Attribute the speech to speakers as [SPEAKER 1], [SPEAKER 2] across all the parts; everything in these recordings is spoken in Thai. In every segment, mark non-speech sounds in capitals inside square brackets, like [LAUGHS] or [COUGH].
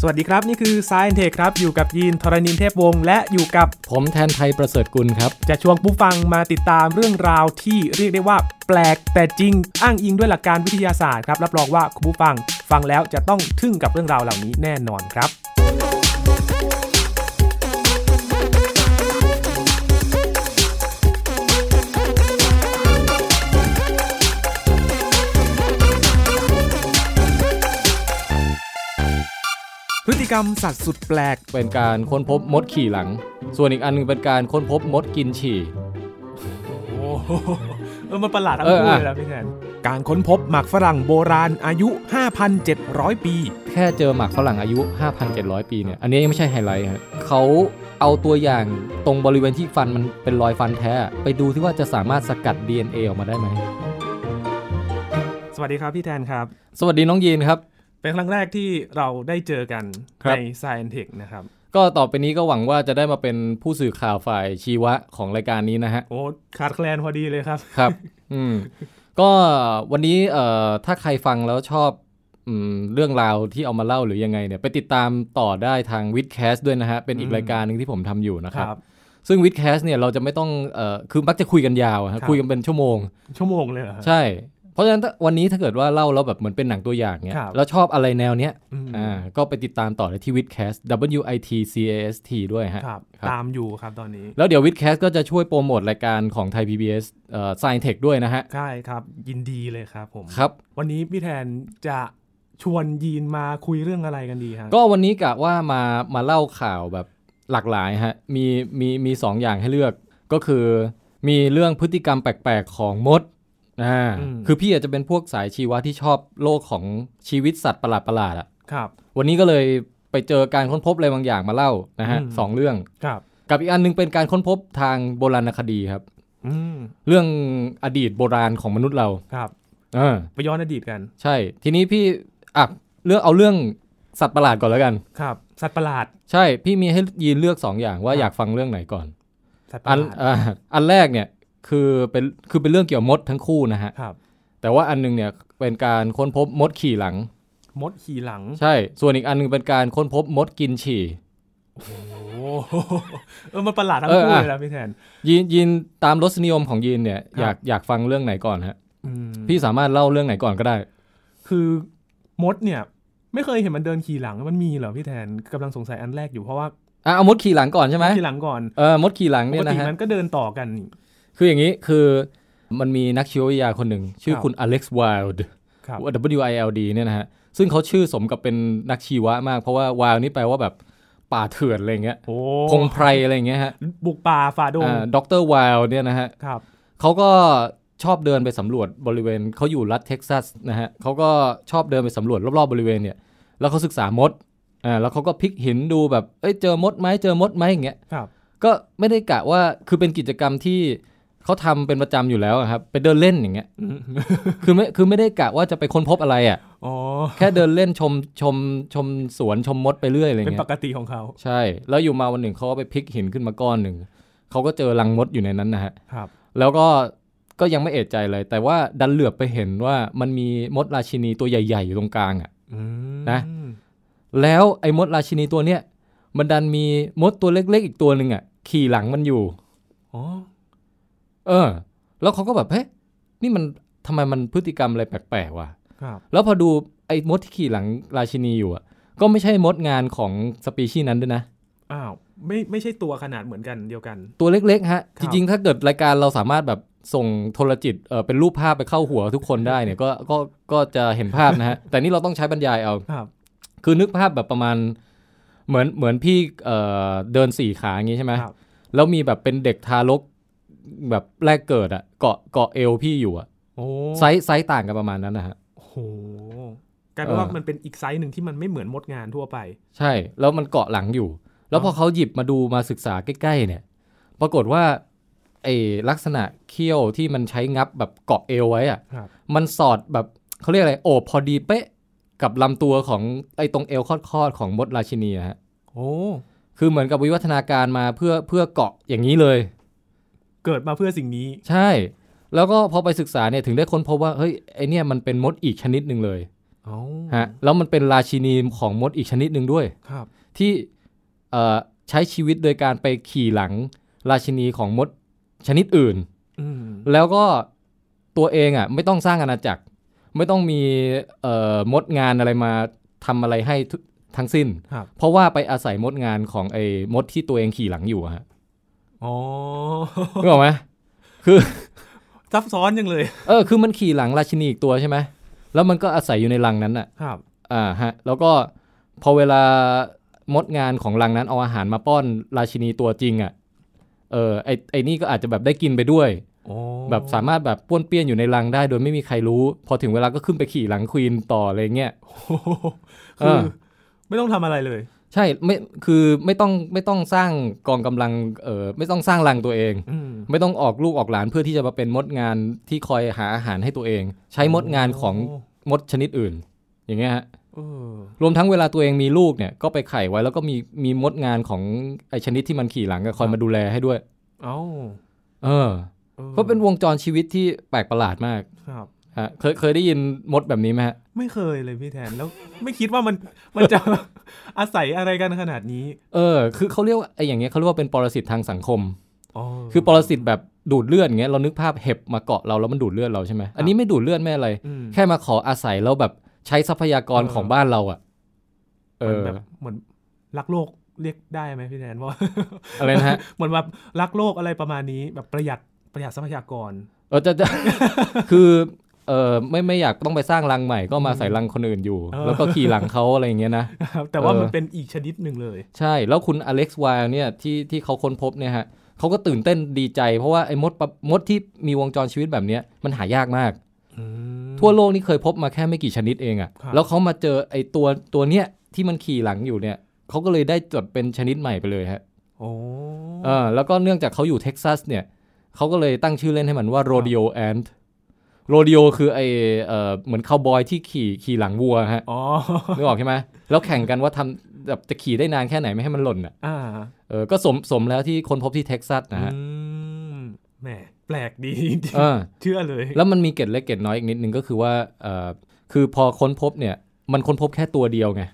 [SPEAKER 1] สวัสดีครับ นี่คือ Science Tech ครับ อยู่กับยีนทรณินเทพวงศ์และอยู่กับ
[SPEAKER 2] ผมแทนไทยประเสริฐกุลครับ
[SPEAKER 1] จะชวนผู้ฟังมาติดตามเรื่องราวที่เรียกได้ว่า แปลกแต่จริง อ้างอิงด้วยหลักการวิทยาศาสตร์ครับรับรองว่าคุณผู้ฟังฟังแล้วจะต้องทึ่งกับเรื่องราวเหล่านี้แน่นอนครับ พฤติกรรมสัตว์สุดแปลก
[SPEAKER 2] เป็นการค้นพบมดขี่หลัง ส่วนอีกอันหนึงเป็นการค้นพบมดกินฉี่
[SPEAKER 1] โอ้โหเออมันประหลาดทั้ง
[SPEAKER 2] เออ
[SPEAKER 1] คู่
[SPEAKER 2] อ่ะ
[SPEAKER 1] เลยนะพี่แทนการค้นพบหมากฝรั่งโบราณอายุ 5,700 ปี
[SPEAKER 2] แค่เจอหมากฝรั่งอายุ 5,700 ปีเนี่ย อันนี้ยังไม่ใช่ไฮไลท์ฮะเขาเอาตัวอย่างตรงบริเวณที่ฟันมันเป็นรอยฟันแท้ ไปดูที่ว่าจะสามารถสกัด DNA ออกมาได้ไหม
[SPEAKER 1] สวัสดีครับพี่แทนครับ
[SPEAKER 2] สวัสดีน้องยีนครับ
[SPEAKER 1] เป็นครั้งแรกที่เราได้เจอกัน
[SPEAKER 2] ครับ
[SPEAKER 1] ใน Science Tech นะครับ
[SPEAKER 2] ก็ต่อไปนี้ก็หวังว่าจะได้มาเป็นผู้สื่อข่าวฝ่ายชีวะของรายการนี้นะฮะ
[SPEAKER 1] โอ้ขาดแคลนพอดีเลยครับ
[SPEAKER 2] ครับ อืม ก็วันนี้เอ่อถ้าใครฟังแล้วชอบอืมเรื่องราวที่เอามาเล่าหรือยังไงเนี่ย ไปติดตามต่อได้ทางวิดแคสด้วยนะฮะ เป็นอีก
[SPEAKER 1] อืม
[SPEAKER 2] รายการหนึ่งที่ผมทำอยู่นะครับ ซึ่งวิดแคสเนี่ยเราจะไม่ต้องเอ่อคือมักจะคุยกันยาวอะ
[SPEAKER 1] ครั
[SPEAKER 2] ฮะ
[SPEAKER 1] บ
[SPEAKER 2] คุยกันเป็นชั่วโมง
[SPEAKER 1] ชั่วโมงเลยเหรอฮะ
[SPEAKER 2] ใช่ เพราะฉะนั้นถ้าวันนี้ถ้าเกิดว่าเล่าแล้วแบบเหมือนเป็นหนังตัวอย่างเนี่ย
[SPEAKER 1] ครับ
[SPEAKER 2] แล้วชอบอะไรแนวเนี้ย
[SPEAKER 1] อืม
[SPEAKER 2] อ่าก็ไปติดตามต่อได้ที่วิดแคส W I T C A S T ด้วยฮะ
[SPEAKER 1] ครับ
[SPEAKER 2] ครับ
[SPEAKER 1] ตามอยู่ครับตอนนี้
[SPEAKER 2] แล้วเดี๋ยววิดแคสก็จะช่วยโปรโมทรายการของไทย PBS เอ่อ Science Tech ด้วยนะฮะ
[SPEAKER 1] ใช่ครับ ยินดีเลยครับผม
[SPEAKER 2] ครับ
[SPEAKER 1] วันนี้พี่แทนจะชวนยีนมาคุยเรื่องอะไรกันดีครับ
[SPEAKER 2] ก็วันนี้กะว่ามามาเล่าข่าวแบบหลากหลายฮะมีมีมีสองอย่างให้เลือกก็คือมีเรื่องพฤติกรรมแปลกๆของมดอ่าคือพี่อาจจะเป็นพวกสายชีวะที่ชอบโลกของชีวิตสัตว์ประหลาดๆอ่ะ
[SPEAKER 1] ครับ
[SPEAKER 2] วันนี้ก็เลยไปเจอการค้นพบอะไรบางอย่างมาเล่านะฮะ
[SPEAKER 1] อืม
[SPEAKER 2] สองเรื่อง
[SPEAKER 1] ครับ
[SPEAKER 2] กับอีกอันหนึงเป็นการค้นพบทางโบราณคดีครับ
[SPEAKER 1] อืม
[SPEAKER 2] เรื่องอดีตโบราณของมนุษย์เรา
[SPEAKER 1] ครับ
[SPEAKER 2] เออ
[SPEAKER 1] ไปย้อนอดีตกัน
[SPEAKER 2] ใช่ ทีนี้พี่อ่ะเลือกเอาเรื่องสัตว์ประหลาดก่อนแล้วกัน
[SPEAKER 1] ครับ สัตว์ประหลาด
[SPEAKER 2] ใช่ พี่มีให้ยีนเลือกสองอย่าง
[SPEAKER 1] ค
[SPEAKER 2] ว่า
[SPEAKER 1] รับ
[SPEAKER 2] อยากฟังเรื่องไหนก่อน
[SPEAKER 1] สัตว์ประ
[SPEAKER 2] อัน
[SPEAKER 1] หลาด
[SPEAKER 2] อ่าอันแรกเนี่ยคือเป็นคือเป็นเรื่องเกี่ยวกับมดทั้งคู่นะฮะ
[SPEAKER 1] ครับ
[SPEAKER 2] แต่ว่าอันหนึงเนี่ยเป็นการค้นพบมดขี่หลัง
[SPEAKER 1] มดขี่หลัง
[SPEAKER 2] ใช่ ส่วนอีกอันหนึงเป็นการค้นพบมดกินฉี่
[SPEAKER 1] โอ้โหเออมันประหลาดทั้ง
[SPEAKER 2] เออ
[SPEAKER 1] คู่
[SPEAKER 2] อ่ะ
[SPEAKER 1] เลยนะพี่แทน
[SPEAKER 2] ยีนยีนตามรสนิยมของยีนเนี่ย
[SPEAKER 1] ครับ
[SPEAKER 2] อยากอยากฟังเรื่องไหนก่อนฮะ
[SPEAKER 1] อืม
[SPEAKER 2] พี่สามารถเล่าเรื่องไหนก่อนก็ได้
[SPEAKER 1] คือมดเนี่ย ไม่เคยเห็นมันเดินขี่หลังมันมีเหรอพี่แทนกำลังสงสัยอันแรกอยู่เพราะว่า
[SPEAKER 2] อ่ะเอามดขี่หลังก่อนใช่ไหม
[SPEAKER 1] ขี่หลังก่อน
[SPEAKER 2] เออมดขี่หลัง
[SPEAKER 1] ป
[SPEAKER 2] เนี่
[SPEAKER 1] ก
[SPEAKER 2] ย
[SPEAKER 1] ติ
[SPEAKER 2] นะฮะ
[SPEAKER 1] มันก็เดินต่อกันนี่
[SPEAKER 2] คืออย่างนี้คือมันมีนักชีววิทยาคนหนึ่ง ชื่อ
[SPEAKER 1] ครับ
[SPEAKER 2] คุณอเล็กซ์ไวลด์
[SPEAKER 1] ครับ
[SPEAKER 2] W I L D เนี่ยนะฮะ ซึ่งเขาชื่อสมกับเป็นนักชีวะมาก เพราะว่า wild นี่แปลว่าแบบป่าเถื่อนอะไรเงี้ย
[SPEAKER 1] โอ้
[SPEAKER 2] พงไพรอะไรเงี้ยฮะ
[SPEAKER 1] บุกป่าฝ่าดง
[SPEAKER 2] ด็อกเตอร์วาวเนี่ยนะฮะ
[SPEAKER 1] ครับ
[SPEAKER 2] เขาก็ชอบเดินไปสำรวจบริเวณเขาอยู่รัฐเท็กซัสนะฮะเขาก็ชอบเดินไปสำรวจรอบๆบริเวณเนี่ย แล้วเขาศึกษามด อ่า แล้วเขาก็พลิกหินดูแบบ เอ้ย เจอมดไหมเจอมดไหมอย่างเงี้ย
[SPEAKER 1] ครับ
[SPEAKER 2] ก็ไม่ได้กะว่า คือเป็นกิจกรรมที่เขาทำเป็นประจำอยู่แล้วอะครับ ไปเดินเล่นอย่างเงี้ย
[SPEAKER 1] อืม
[SPEAKER 2] คือไม่ คือไม่ได้กะว่าจะไปค้นพบอะไรอ่ะ
[SPEAKER 1] อ๋อ
[SPEAKER 2] แค่เดินเล่นชมชมชมสวนชมมดไปเรื่อยอะไร
[SPEAKER 1] เป็น
[SPEAKER 2] เงี้
[SPEAKER 1] ป
[SPEAKER 2] ย
[SPEAKER 1] กติของเขา
[SPEAKER 2] ใช่ แล้วอยู่มาวันหนึ่งเขาก็ไปพลิกหินขึ้นมาก้อนหนึ่งเขาก็เจอรังมดอยู่ในนั้นนะฮะ
[SPEAKER 1] ครับ
[SPEAKER 2] แล้วก็ก็ยังไม่เอะใจเลย แต่ว่าดันเหลือบไปเห็นว่ามันมีมดราชินีตัวใหญ่ๆอยู่ตรงกลางอ่ะ
[SPEAKER 1] อืม
[SPEAKER 2] นะ แล้วไอ้มดราชินีตัวเนี้ยมันดันมีมดตัวเล็กๆอีกตัวหนึ่งอ่ะขี่หลังมันอยู่
[SPEAKER 1] อ๋อ
[SPEAKER 2] เออ แล้วเขาก็แบบเฮ้ยนี่มันทำไมมันพฤติกรรมอะไรแปลกๆวะ
[SPEAKER 1] ครับ
[SPEAKER 2] แล้วพอดูไอ้มดที่ขี่หลังราชินีอยู่อ่ะ ก็ไม่ใช่มดงานของสปีชีส์นั้นด้วยนะ
[SPEAKER 1] อ้าวไม่ไม่ใช่ตัวขนาดเหมือนกันเดียวกัน
[SPEAKER 2] ตัวเล็ก ๆ ฮะ
[SPEAKER 1] ครั
[SPEAKER 2] จ
[SPEAKER 1] บ
[SPEAKER 2] ริง ๆ ถ้าเกิดรายการเราสามารถแบบส่งโทรจิตเอ่อเป็นรูปภาพไปเข้าหัวทุกคนได้เนี่ยก็ก็ก็จะเห็นภาพนะฮ [LAUGHS] ะ แต่นี่เราต้องใช้บรรยายเอา
[SPEAKER 1] ครับ
[SPEAKER 2] คือนึกภาพแบบประมาณ เหมือนเหมือนพี่เอ่อเดินสี่ขาอย่างงี้ใช่ไหม
[SPEAKER 1] ครับ
[SPEAKER 2] แล้วมีแบบเป็นเด็กทารกแบบแรกเกิดอ่ะเกาะเกาะเอวพี่อยู่อ่ะ
[SPEAKER 1] โอ้
[SPEAKER 2] ไซส์ไซส์ต่างกันประมาณนั้นนะฮะ
[SPEAKER 1] โอ้โหกลารว่า
[SPEAKER 2] เออ
[SPEAKER 1] มันเป็นอีกไซส์หนึ่งที่มันไม่เหมือนมดงานทั่วไป
[SPEAKER 2] ใช่ แล้วมันเกาะหลังอยู่ แล้วพอเขาหยิบมาดูมาศึกษาใกล้ๆเนี่ย ปรากฏว่าไอ้ลักษณะเขี้ยวที่มันใช้งับแบบเกาะเอวไว้อะ
[SPEAKER 1] ครับ
[SPEAKER 2] มันสอดแบบเขาเรียกอะไรโอบพอดีเป๊ะกับลำตัวของไอ้ตรงเอวคอดๆของมดราชินีอะฮะ
[SPEAKER 1] โอ้
[SPEAKER 2] คือเหมือนกับวิวัฒนาการมาเพื่อเพื่อเกาะอย่างนี้เลย
[SPEAKER 1] เกิดมาเพื่อสิ่งนี้
[SPEAKER 2] ใช่ แล้วก็พอไปศึกษาเนี่ยถึงได้ค้นพบว่าเฮ้ยไอเนี่ยมันเป็นมดอีกชนิดหนึ่งเลย
[SPEAKER 1] อ๋อ
[SPEAKER 2] ฮะแล้วมันเป็นราชินีของมดอีกชนิดหนึ่งด้วย
[SPEAKER 1] ครับ
[SPEAKER 2] ที่เอ่อใช้ชีวิตโดยการไปขี่หลังราชินีของมดชนิดอื่น
[SPEAKER 1] อืม
[SPEAKER 2] แล้วก็ตัวเองอ่ะไม่ต้องสร้างอาณาจักร ไม่ต้องมีเอ่อมดงานอะไรมาทำอะไรให้ทุทั้งสิ้น
[SPEAKER 1] ครับ
[SPEAKER 2] เพราะว่าไปอาศัยมดงานของไอ้มดที่ตัวเองขี่หลังอยู่อะฮะ
[SPEAKER 1] อ๋ [LAUGHS] อ
[SPEAKER 2] นึกออกไหม
[SPEAKER 1] ซับซ้อนจังเลย
[SPEAKER 2] เออคือมันขี่หลังราชินีอีกตัวใช่ไหมแล้วมันก็อาศัยอยู่ในรังนั้นอ่ะ
[SPEAKER 1] ครับ
[SPEAKER 2] อ่าฮะแล้วก็พอเวลามดงานของรังนั้นเอาอาหารมาป้อนราชินีตัวจริงอะ่ะเออไอไอนี่ก็อาจจะแบบได้กินไปด้วย
[SPEAKER 1] โอ้
[SPEAKER 2] แบบสามารถแบบป้วนเปี้ยนอยู่ในรังได้ โดยไม่มีใครรู้ พอถึงเวลาก็ขึ้นไปขี่หลังควีนต่ออะไรเงี้ย
[SPEAKER 1] โอ้โหคือ
[SPEAKER 2] เออ
[SPEAKER 1] ไม่ต้องทำอะไรเลย
[SPEAKER 2] ใช่ไม่คือไม่ต้องไม่ต้องสร้างกองกำลังเออไม่ต้องสร้างรังตัวเอง
[SPEAKER 1] อืม
[SPEAKER 2] ไม่ต้องออกลูกออกหลานเพื่อที่จะมาเป็นมดงานที่คอยหาอาหารให้ตัวเอง ใช้มดงานของมดชนิดอื่น อย่างเงี้ยฮะ
[SPEAKER 1] เออ
[SPEAKER 2] รวมทั้งเวลาตัวเองมีลูกเนี่ยก็ไปไข่ไว้แล้วก็มีมีมดงานของไอชนิดที่มันขี่หลังก็คอยมาดูแลให้ด้วย
[SPEAKER 1] เอ้า
[SPEAKER 2] เออ
[SPEAKER 1] ออ
[SPEAKER 2] เพราะเป็นวงจรชีวิตที่แปลกประหลาดมาก
[SPEAKER 1] ครับ
[SPEAKER 2] ฮะเคยเคยได้ยินมดแบบนี้ไหมฮะ
[SPEAKER 1] ไม่เคยเลยพี่แทนแล้ว ไม่คิดว่ามัน [LAUGHS] มันจะ อาศัยอะไรกันขนาดนี้
[SPEAKER 2] เออคือเขาเรียกว่าไออย่างเงี้ยเขาเรียกว่าเป็นปรสิตทางสังคม
[SPEAKER 1] อ๋อ
[SPEAKER 2] คือปรสิตแบบดูดเลือดอย่างเงี้ยเรานึกภาพเห็บมาเกาะเราแล้วมันดูดเลือดเราใช่ไหมอันนี้ไม่ดูดเลือดไม่อะไร
[SPEAKER 1] อืม
[SPEAKER 2] แค่มาขออาศัยแล้วแบบใช้ทรัพยากร
[SPEAKER 1] เออ
[SPEAKER 2] ของบ้านเราอะเอ
[SPEAKER 1] มัน
[SPEAKER 2] อ
[SPEAKER 1] แบบเหมือนรักโลกเรียกได้ไหมพี่แทนว่า [LAUGHS]
[SPEAKER 2] อะไรนะฮะ
[SPEAKER 1] เหมือนแบบรักโลกอะไรประมาณนี้แบบประหยัดประหยัดทรัพยากร
[SPEAKER 2] เออจะจะ คือเออไม่ไม่อยากต้องไปสร้างรังใหม่ก็มาใส่รังคนอื่นอยู่
[SPEAKER 1] เออ
[SPEAKER 2] แล้วก็ขี่หลังเขาอะไรอย่างเงี้ยนะ
[SPEAKER 1] ครับ [LAUGHS] แต่ว่า
[SPEAKER 2] เออ
[SPEAKER 1] มันเป็นอีกชนิดหนึ่งเลย
[SPEAKER 2] ใช่ แล้วคุณอเล็กซ์ไวล์เนี่ยที่ที่เขาค้นพบเนี่ยฮะเขาก็ตื่นเต้นดีใจ เพราะว่าไอ้มดปะมดที่มีวงจรชีวิตแบบเนี้ยมันหายากมาก
[SPEAKER 1] อืม
[SPEAKER 2] ทั่วโลกนี่เคยพบมาแค่ไม่กี่ชนิดเองอะ
[SPEAKER 1] ครับ
[SPEAKER 2] แล้วเขามาเจอไอ้ตัวตัวเนี้ยที่มันขี่หลังอยู่เนี่ยเขาก็เลยได้จดเป็นชนิดใหม่ไปเลยฮะ
[SPEAKER 1] โอ้
[SPEAKER 2] เออแล้วก็เนื่องจากเขาอยู่เท็กซัสเนี่ยเขาก็เลยตั้งชื่อเล่นให้มันว่าโรดิโอแอนโรดิโอคือไอเอ่อเหมือนคาวบอยที่ขี่ขี่หลังวัวฮะ
[SPEAKER 1] [LAUGHS] อ๋อ
[SPEAKER 2] นึกออกใช่ไหมแล้วแข่งกันว่าทำแบบจะขี่ได้นานแค่ไหนไม่ให้มันหล่นอ่ะ
[SPEAKER 1] อ่า
[SPEAKER 2] เออก็สมสมแล้วที่คนพบที่เท็กซัสนะฮะ
[SPEAKER 1] อืมแหมแปลกดีจริง
[SPEAKER 2] เออ
[SPEAKER 1] ๆเชื่อเลย
[SPEAKER 2] แล้วมันมีเกร็ดเล็กเกร็ดน้อยอีกนิดนึงก็คือว่าเออคือพอค้นพบเนี่ยมันค้นพบแค่ตัวเดียวไง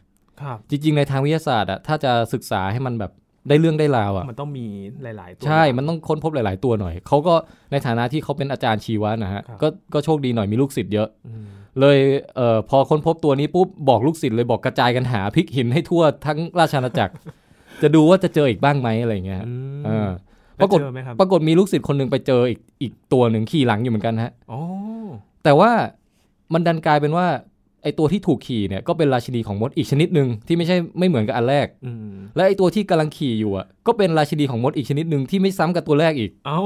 [SPEAKER 1] ครับ
[SPEAKER 2] จริง ๆ ในทางวิทยาศาสตร์อะถ้าจะศึกษาให้มันแบบได้เรื่องได้ราวอะ
[SPEAKER 1] มันต้องมีหลาย ๆ ตัว
[SPEAKER 2] ใช่ มันต้องค้นพบหลาย ๆ ตัวหน่อย เขาก็ในฐานะที่เขาเป็นอาจารย์ชีวะนะฮะ
[SPEAKER 1] ครับ
[SPEAKER 2] ก็ก็โชคดีหน่อยมีลูกศิษย์เยอะ
[SPEAKER 1] อืม
[SPEAKER 2] เลยเอ่อพอค้นพบตัวนี้ปุ๊บบอกลูกศิษย์เลยบอกกระจายกันหาพลิกหินให้ทั่วทั้งราชอาณาจักร [LAUGHS] จะดูว่าจะเจออีกบ้างไหมอะไรอย่างเงี้ยฮะเออ
[SPEAKER 1] ปราร
[SPEAKER 2] ปาก ก
[SPEAKER 1] ฏ
[SPEAKER 2] ฏ
[SPEAKER 1] ไหมครับ
[SPEAKER 2] ปรากฏมีลูกศิษย์คนหนึ่งไปเจออีกอีกตัวหนึ่งขี่หลังอยู่เหมือนกันฮะ
[SPEAKER 1] อ๋อ
[SPEAKER 2] แต่ว่ามันดันกลายเป็นว่าไอตัวที่ถูกขี่เนี่ยก็เป็นราชินีของมดอีกชนิดหนึ่งที่ไม่ใช่ไม่เหมือนกับอันแรก
[SPEAKER 1] อืม
[SPEAKER 2] และไอตัวที่กำลังขี่อยู่อ่ะก็เป็นราชินีของมดอีกชนิดหนึ่งที่ไม่ซ้ำกับตัวแรกอีก
[SPEAKER 1] เอ้า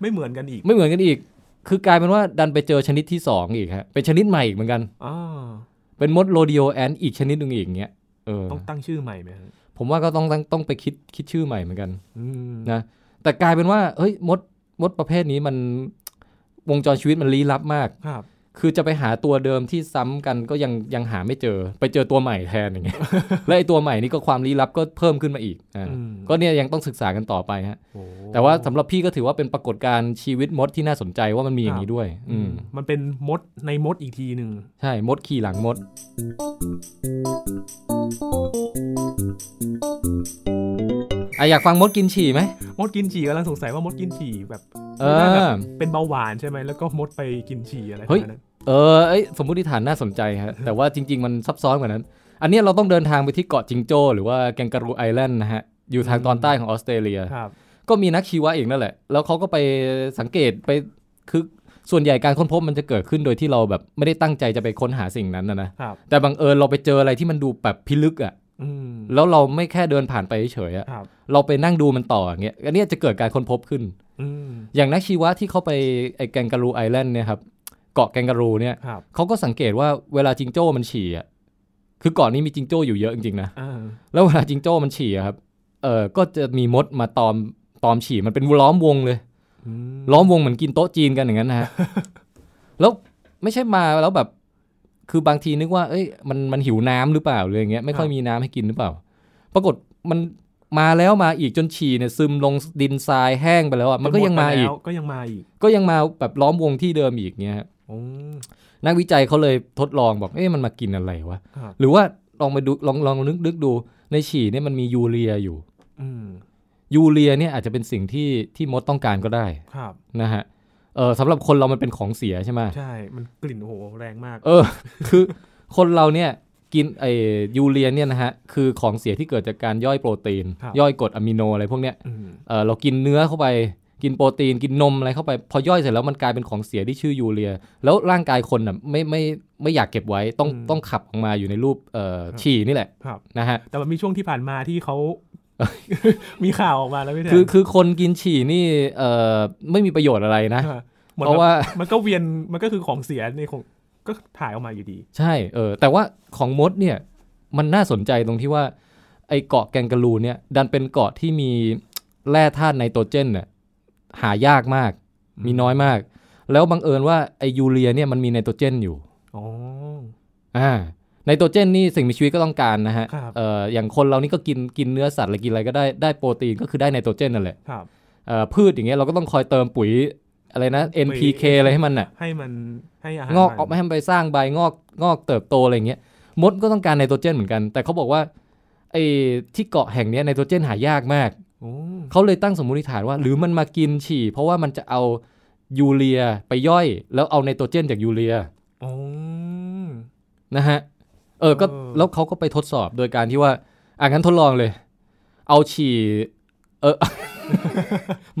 [SPEAKER 1] ไม่เหมือนกันอีก
[SPEAKER 2] ไม่เหมือนกันอีก คือกลายเป็นว่าดันไปเจอชนิดที่สองอีกฮะเป็นชนิดใหม่อีกเหมือนกัน
[SPEAKER 1] อ๋อ
[SPEAKER 2] เป็นมดโรดิโอแอนอีกชนิดหนึ่งอีกเงี้ยเออ
[SPEAKER 1] ต้องตั้งชื่อใหม่ไหมฮะ
[SPEAKER 2] ผมว่าก็ต้องต้องต้องไปคิดคิดชื่อใหม่เหมือนกัน
[SPEAKER 1] อืม
[SPEAKER 2] นะ แต่กลายเป็นว่าเฮ้ยมดมดประเภทนี้มันวงจรชีวิตมันลี้ลับมาก
[SPEAKER 1] ครับ
[SPEAKER 2] คือจะไปหาตัวเดิมที่ซ้ำกันก็ยังยังหาไม่เจอ ไปเจอตัวใหม่แทนอย่างเงี้ย [LAUGHS] และไอตัวใหม่นี่ก็ความลี้ลับก็เพิ่มขึ้นมาอีกอ่า
[SPEAKER 1] อืม
[SPEAKER 2] ก็เนี่ยยังต้องศึกษากันต่อไปฮะ
[SPEAKER 1] โอ้
[SPEAKER 2] แต่ว่าสำหรับพี่ก็ถือว่าเป็นปรากฏการณ์ชีวิตมดที่น่าสนใจว่ามันมีอย่างนี้ด้วย อืม
[SPEAKER 1] มันเป็นมดในมดอีกทีหนึ่ง
[SPEAKER 2] ใช่ มดขี่หลังมด อ่ะอยากฟังมดกินฉี่ไหม
[SPEAKER 1] มดกินฉี่กำลังสงสัยว่ามดกินฉี่แบบ
[SPEAKER 2] เอ
[SPEAKER 1] ไม่ได้แบบ
[SPEAKER 2] อ
[SPEAKER 1] เป็นเบาหวานใช่ไหมแล้วก็มดไปกินฉี่อะไร
[SPEAKER 2] เฮ้ย
[SPEAKER 1] แบบนั้น
[SPEAKER 2] เออเอ้ยสมมติฐานน่าสนใจฮะ แต่ว่าจริง ๆ มันซับซ้อนกว่านั้น อันเนี้ยเราต้องเดินทางไปที่เกาะจิงโจ้ หรือว่าแกงการูไอแลนด์นะฮะ อยู่ทางตอนใต้ของออสเตรเลีย
[SPEAKER 1] ครับ
[SPEAKER 2] ก็มีนักชีวะอีกนั่นแหละ แล้วเขาก็ไปสังเกตไปคือส่วนใหญ่การค้นพบมันจะเกิดขึ้นโดยที่เราแบบไม่ได้ตั้งใจจะไปค้นหาสิ่งนั้นนะนะครับ แต่บังเอิญเราไปเจออะไรที่มันดูแบบพิลึกอะ่ะ
[SPEAKER 1] อืม
[SPEAKER 2] แล้วเราไม่แค่เดินผ่านไปเฉยๆอะ
[SPEAKER 1] ครับ
[SPEAKER 2] เราไปนั่งดูมันต่ออย่างเงี้ยอันเนี้ยจะเกิดการค้นพบขึ้น
[SPEAKER 1] อืม
[SPEAKER 2] อย่างนักชีวะที่เขาไปไอแกงการูไอแลนด์เนี่ยครับเกาะแกงการูเนี่ย
[SPEAKER 1] ครับ
[SPEAKER 2] เขาก็สังเกตว่าเวลาจิงโจ้มันฉี่อ่ะ คือก่อนนี้มีจิงโจ้อยู่เยอะจริงๆนะ
[SPEAKER 1] อ่า
[SPEAKER 2] แล้วเวลาจิงโจ้มันฉี่อะครับ เออก็จะมีมดมาตอมตอมฉี่ มันเป็นล้อมวงเลย
[SPEAKER 1] อืม
[SPEAKER 2] ล้อมวงเหมือนกินโต๊ะจีนกันอย่างนั้นนะ [LAUGHS] ฮะ แล้วไม่ใช่มาแล้วแบบ คือบางทีนึกว่า เอ้ย มันมันหิวน้ำหรือเปล่าหรืออย่างเงี้ย ไม่ค่อยมีน้ำให้กินหรือเปล่า ปรากฏมันมาแล้วมาอีกจนฉี่เนี่ยซึมลงดินทรายแห้งไปแล้วอ่ะ มันก็ยังมาอีก
[SPEAKER 1] จหดไปแล้วก็ยังมาอีก
[SPEAKER 2] ก็ยังมาแบบล้อมวงที่เดิมอีกเงี้ยฮะ
[SPEAKER 1] โอ้
[SPEAKER 2] นักวิจัยเขาเลยทดลองบอกเอ๊ะมันมากินอะไรวะ
[SPEAKER 1] ครับ
[SPEAKER 2] หรือว่าลองไปดูลองลองนึกนึกดูในฉี่เนี่ยมันมียูเรียอยู่
[SPEAKER 1] อืม
[SPEAKER 2] ยูเรียเนี่ยอาจจะเป็นสิ่งที่ที่มดต้องการก็ได้
[SPEAKER 1] ครับ
[SPEAKER 2] นะฮะเออสำหรับคนเรามันเป็นของเสียใช่ไหม
[SPEAKER 1] ใช่มันกลิ่นโอ้โหแรงมาก
[SPEAKER 2] เออ [LAUGHS] คือคนเราเนี่ยกินไอยูเรียเนี่ยนะฮะคือของเสียที่เกิดจากการย่อยโปรตีน ย่อยกรดอะมิโนอะไรพวกเนี้ย
[SPEAKER 1] อืม
[SPEAKER 2] เอ่อเรากินเนื้อเข้าไปกินโปรตีนกินนมอะไรเข้าไป พอย่อยเสร็จแล้วมันกลายเป็นของเสียที่ชื่อยูเรีย แล้วร่างกายคนน่ะไม่ไม่ไม่อยากเก็บไว้ต้องต้องขับออกมาอยู่ในรูปเอ่อฉี่นี่แหละ
[SPEAKER 1] ครับ
[SPEAKER 2] นะฮะ
[SPEAKER 1] แต่มันมีช่วงที่ผ่านมาที่เขา [LAUGHS] มีข่าวออกมาแล้วพี่แทน
[SPEAKER 2] คือคือคนกินฉี่นี่เอ่อไม่มีประโยชน์อะไรนะ
[SPEAKER 1] เออหมือน
[SPEAKER 2] เพราะว่า
[SPEAKER 1] มันก็เวียนมันก็คือของเสียในของก็ถ่ายออกมาอยู่ดี
[SPEAKER 2] ใช่เออแต่ว่าของมดเนี่ยมันน่าสนใจตรงที่ว่าไอเกาะแกงกะลูเนี่ยดันเป็นเกาะที่มีแร่ธาตุไนโตรเจนน่ะหายากมาก มีน้อยมาก แล้วบังเอิญว่าไอยูเรียเนี่ยมันมีไนโตรเจนอยู่
[SPEAKER 1] อ๋อ
[SPEAKER 2] อ่าไนโตรเจนนี่สิ่งมีชีวิตก็ต้องการนะฮะ
[SPEAKER 1] ครับ
[SPEAKER 2] เอ่ออย่างคนเรานี่ก็กินกินเนื้อสัตว์อะไรกินอะไรก็ได้ได้โปรตีนก็คือได้ไนโตรเจนนั่นแหละ
[SPEAKER 1] ครับ
[SPEAKER 2] เอ่อพืชอย่างเงี้ยเราก็ต้องคอยเติมปุ๋ยอะไรนะ
[SPEAKER 1] ปุ๋ย
[SPEAKER 2] NPK อะไรให้มันน่ะ
[SPEAKER 1] ให้มันให้อาหารง
[SPEAKER 2] อกออกมาให้มันไปสร้างใบงอกงอกเติบโตอะไรอย่างเงี้ยมดก็ต้องการไนโตรเจนเหมือนกัน แต่เขาบอกว่าไอ้ที่เกาะแห่งเนี้ยไนโตรเจนหายากมาก
[SPEAKER 1] โอ้
[SPEAKER 2] เขาเลยตั้งสมมติฐานว่า หรือมันมากินฉี่ เพราะว่ามันจะเอายูเรียไปย่อย แล้วเอาไนโตรเจนจากยูเรีย
[SPEAKER 1] โอ้
[SPEAKER 2] นะฮะ เออ ก็
[SPEAKER 1] เออ
[SPEAKER 2] แล้วเขาก็ไปทดสอบโดยการที่ว่า อ่ะงั้นทดลองเลย เอาฉี่ เอ [LAUGHS] อ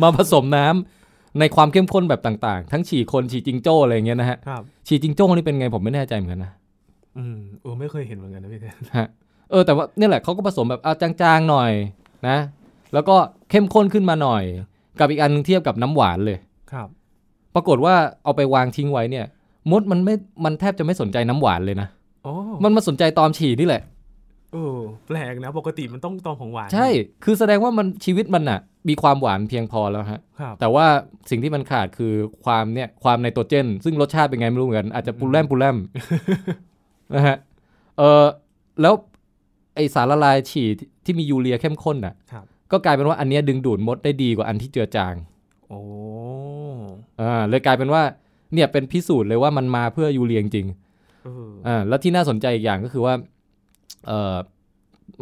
[SPEAKER 2] มาผสมน้ำในความเข้มข้นแบบต่างๆ ทั้งฉี่คนฉี่จิงโจ้อะไรอย่างเงี้ยนะฮะ
[SPEAKER 1] ครับ
[SPEAKER 2] ฉี่จิงโจ้นี่เป็นไงผมไม่แน่ใจเหมือนกันนะ
[SPEAKER 1] อืมเออไม่เคยเห็นเหมือนกันนะพี่แทน
[SPEAKER 2] เออ แต่ว่าเนี่ยแหละเขาก็ผสมแบบเอาจางๆหน่อยนะ แล้วก็เข้มข้นขึ้นมาหน่อย กับอีกอันหนึงเทียบกับน้ำหวานเลย
[SPEAKER 1] ครับ
[SPEAKER 2] ปรากฏว่าเอาไปวางทิ้งไว้เนี่ย มดมันไม่ มันแทบจะไม่สนใจน้ำหวานเลยนะ
[SPEAKER 1] โอ้
[SPEAKER 2] มันมาสนใจตอมฉี่นี่แหละ
[SPEAKER 1] เออแปลกนะ ปกติมันต้องตองของหวาน
[SPEAKER 2] ใช่ คือแสดงว่ามันชีวิตมันน่ะ มีความหวานเพียงพอแล้วฮะ
[SPEAKER 1] ครับ
[SPEAKER 2] แต่ว่าสิ่งที่มันขาดคือความเนี่ยความไนโตรเจน ซึ่งรสชาติเป็นไงไม่รู้เหมือนกัน อาจจะปูแรมปู
[SPEAKER 1] [LAUGHS]
[SPEAKER 2] แรม นะฮะ เออแล้วไอสารละลายฉี่ที่ที่มียูเรียเข้มข้นน่ะ
[SPEAKER 1] ครับ
[SPEAKER 2] ก็กลายเป็นว่าอันเนี้ยดึงดูดมดได้ดีกว่าอันที่เจือจาง
[SPEAKER 1] โอ้
[SPEAKER 2] อ่า เลยกลายเป็นว่าเนี่ยเป็นพิสูจน์เลยว่ามันมาเพื่อยูเรียจริง
[SPEAKER 1] เออ
[SPEAKER 2] ๆอ่า แล้วที่น่าสนใจอีกอย่างก็คือว่า เออ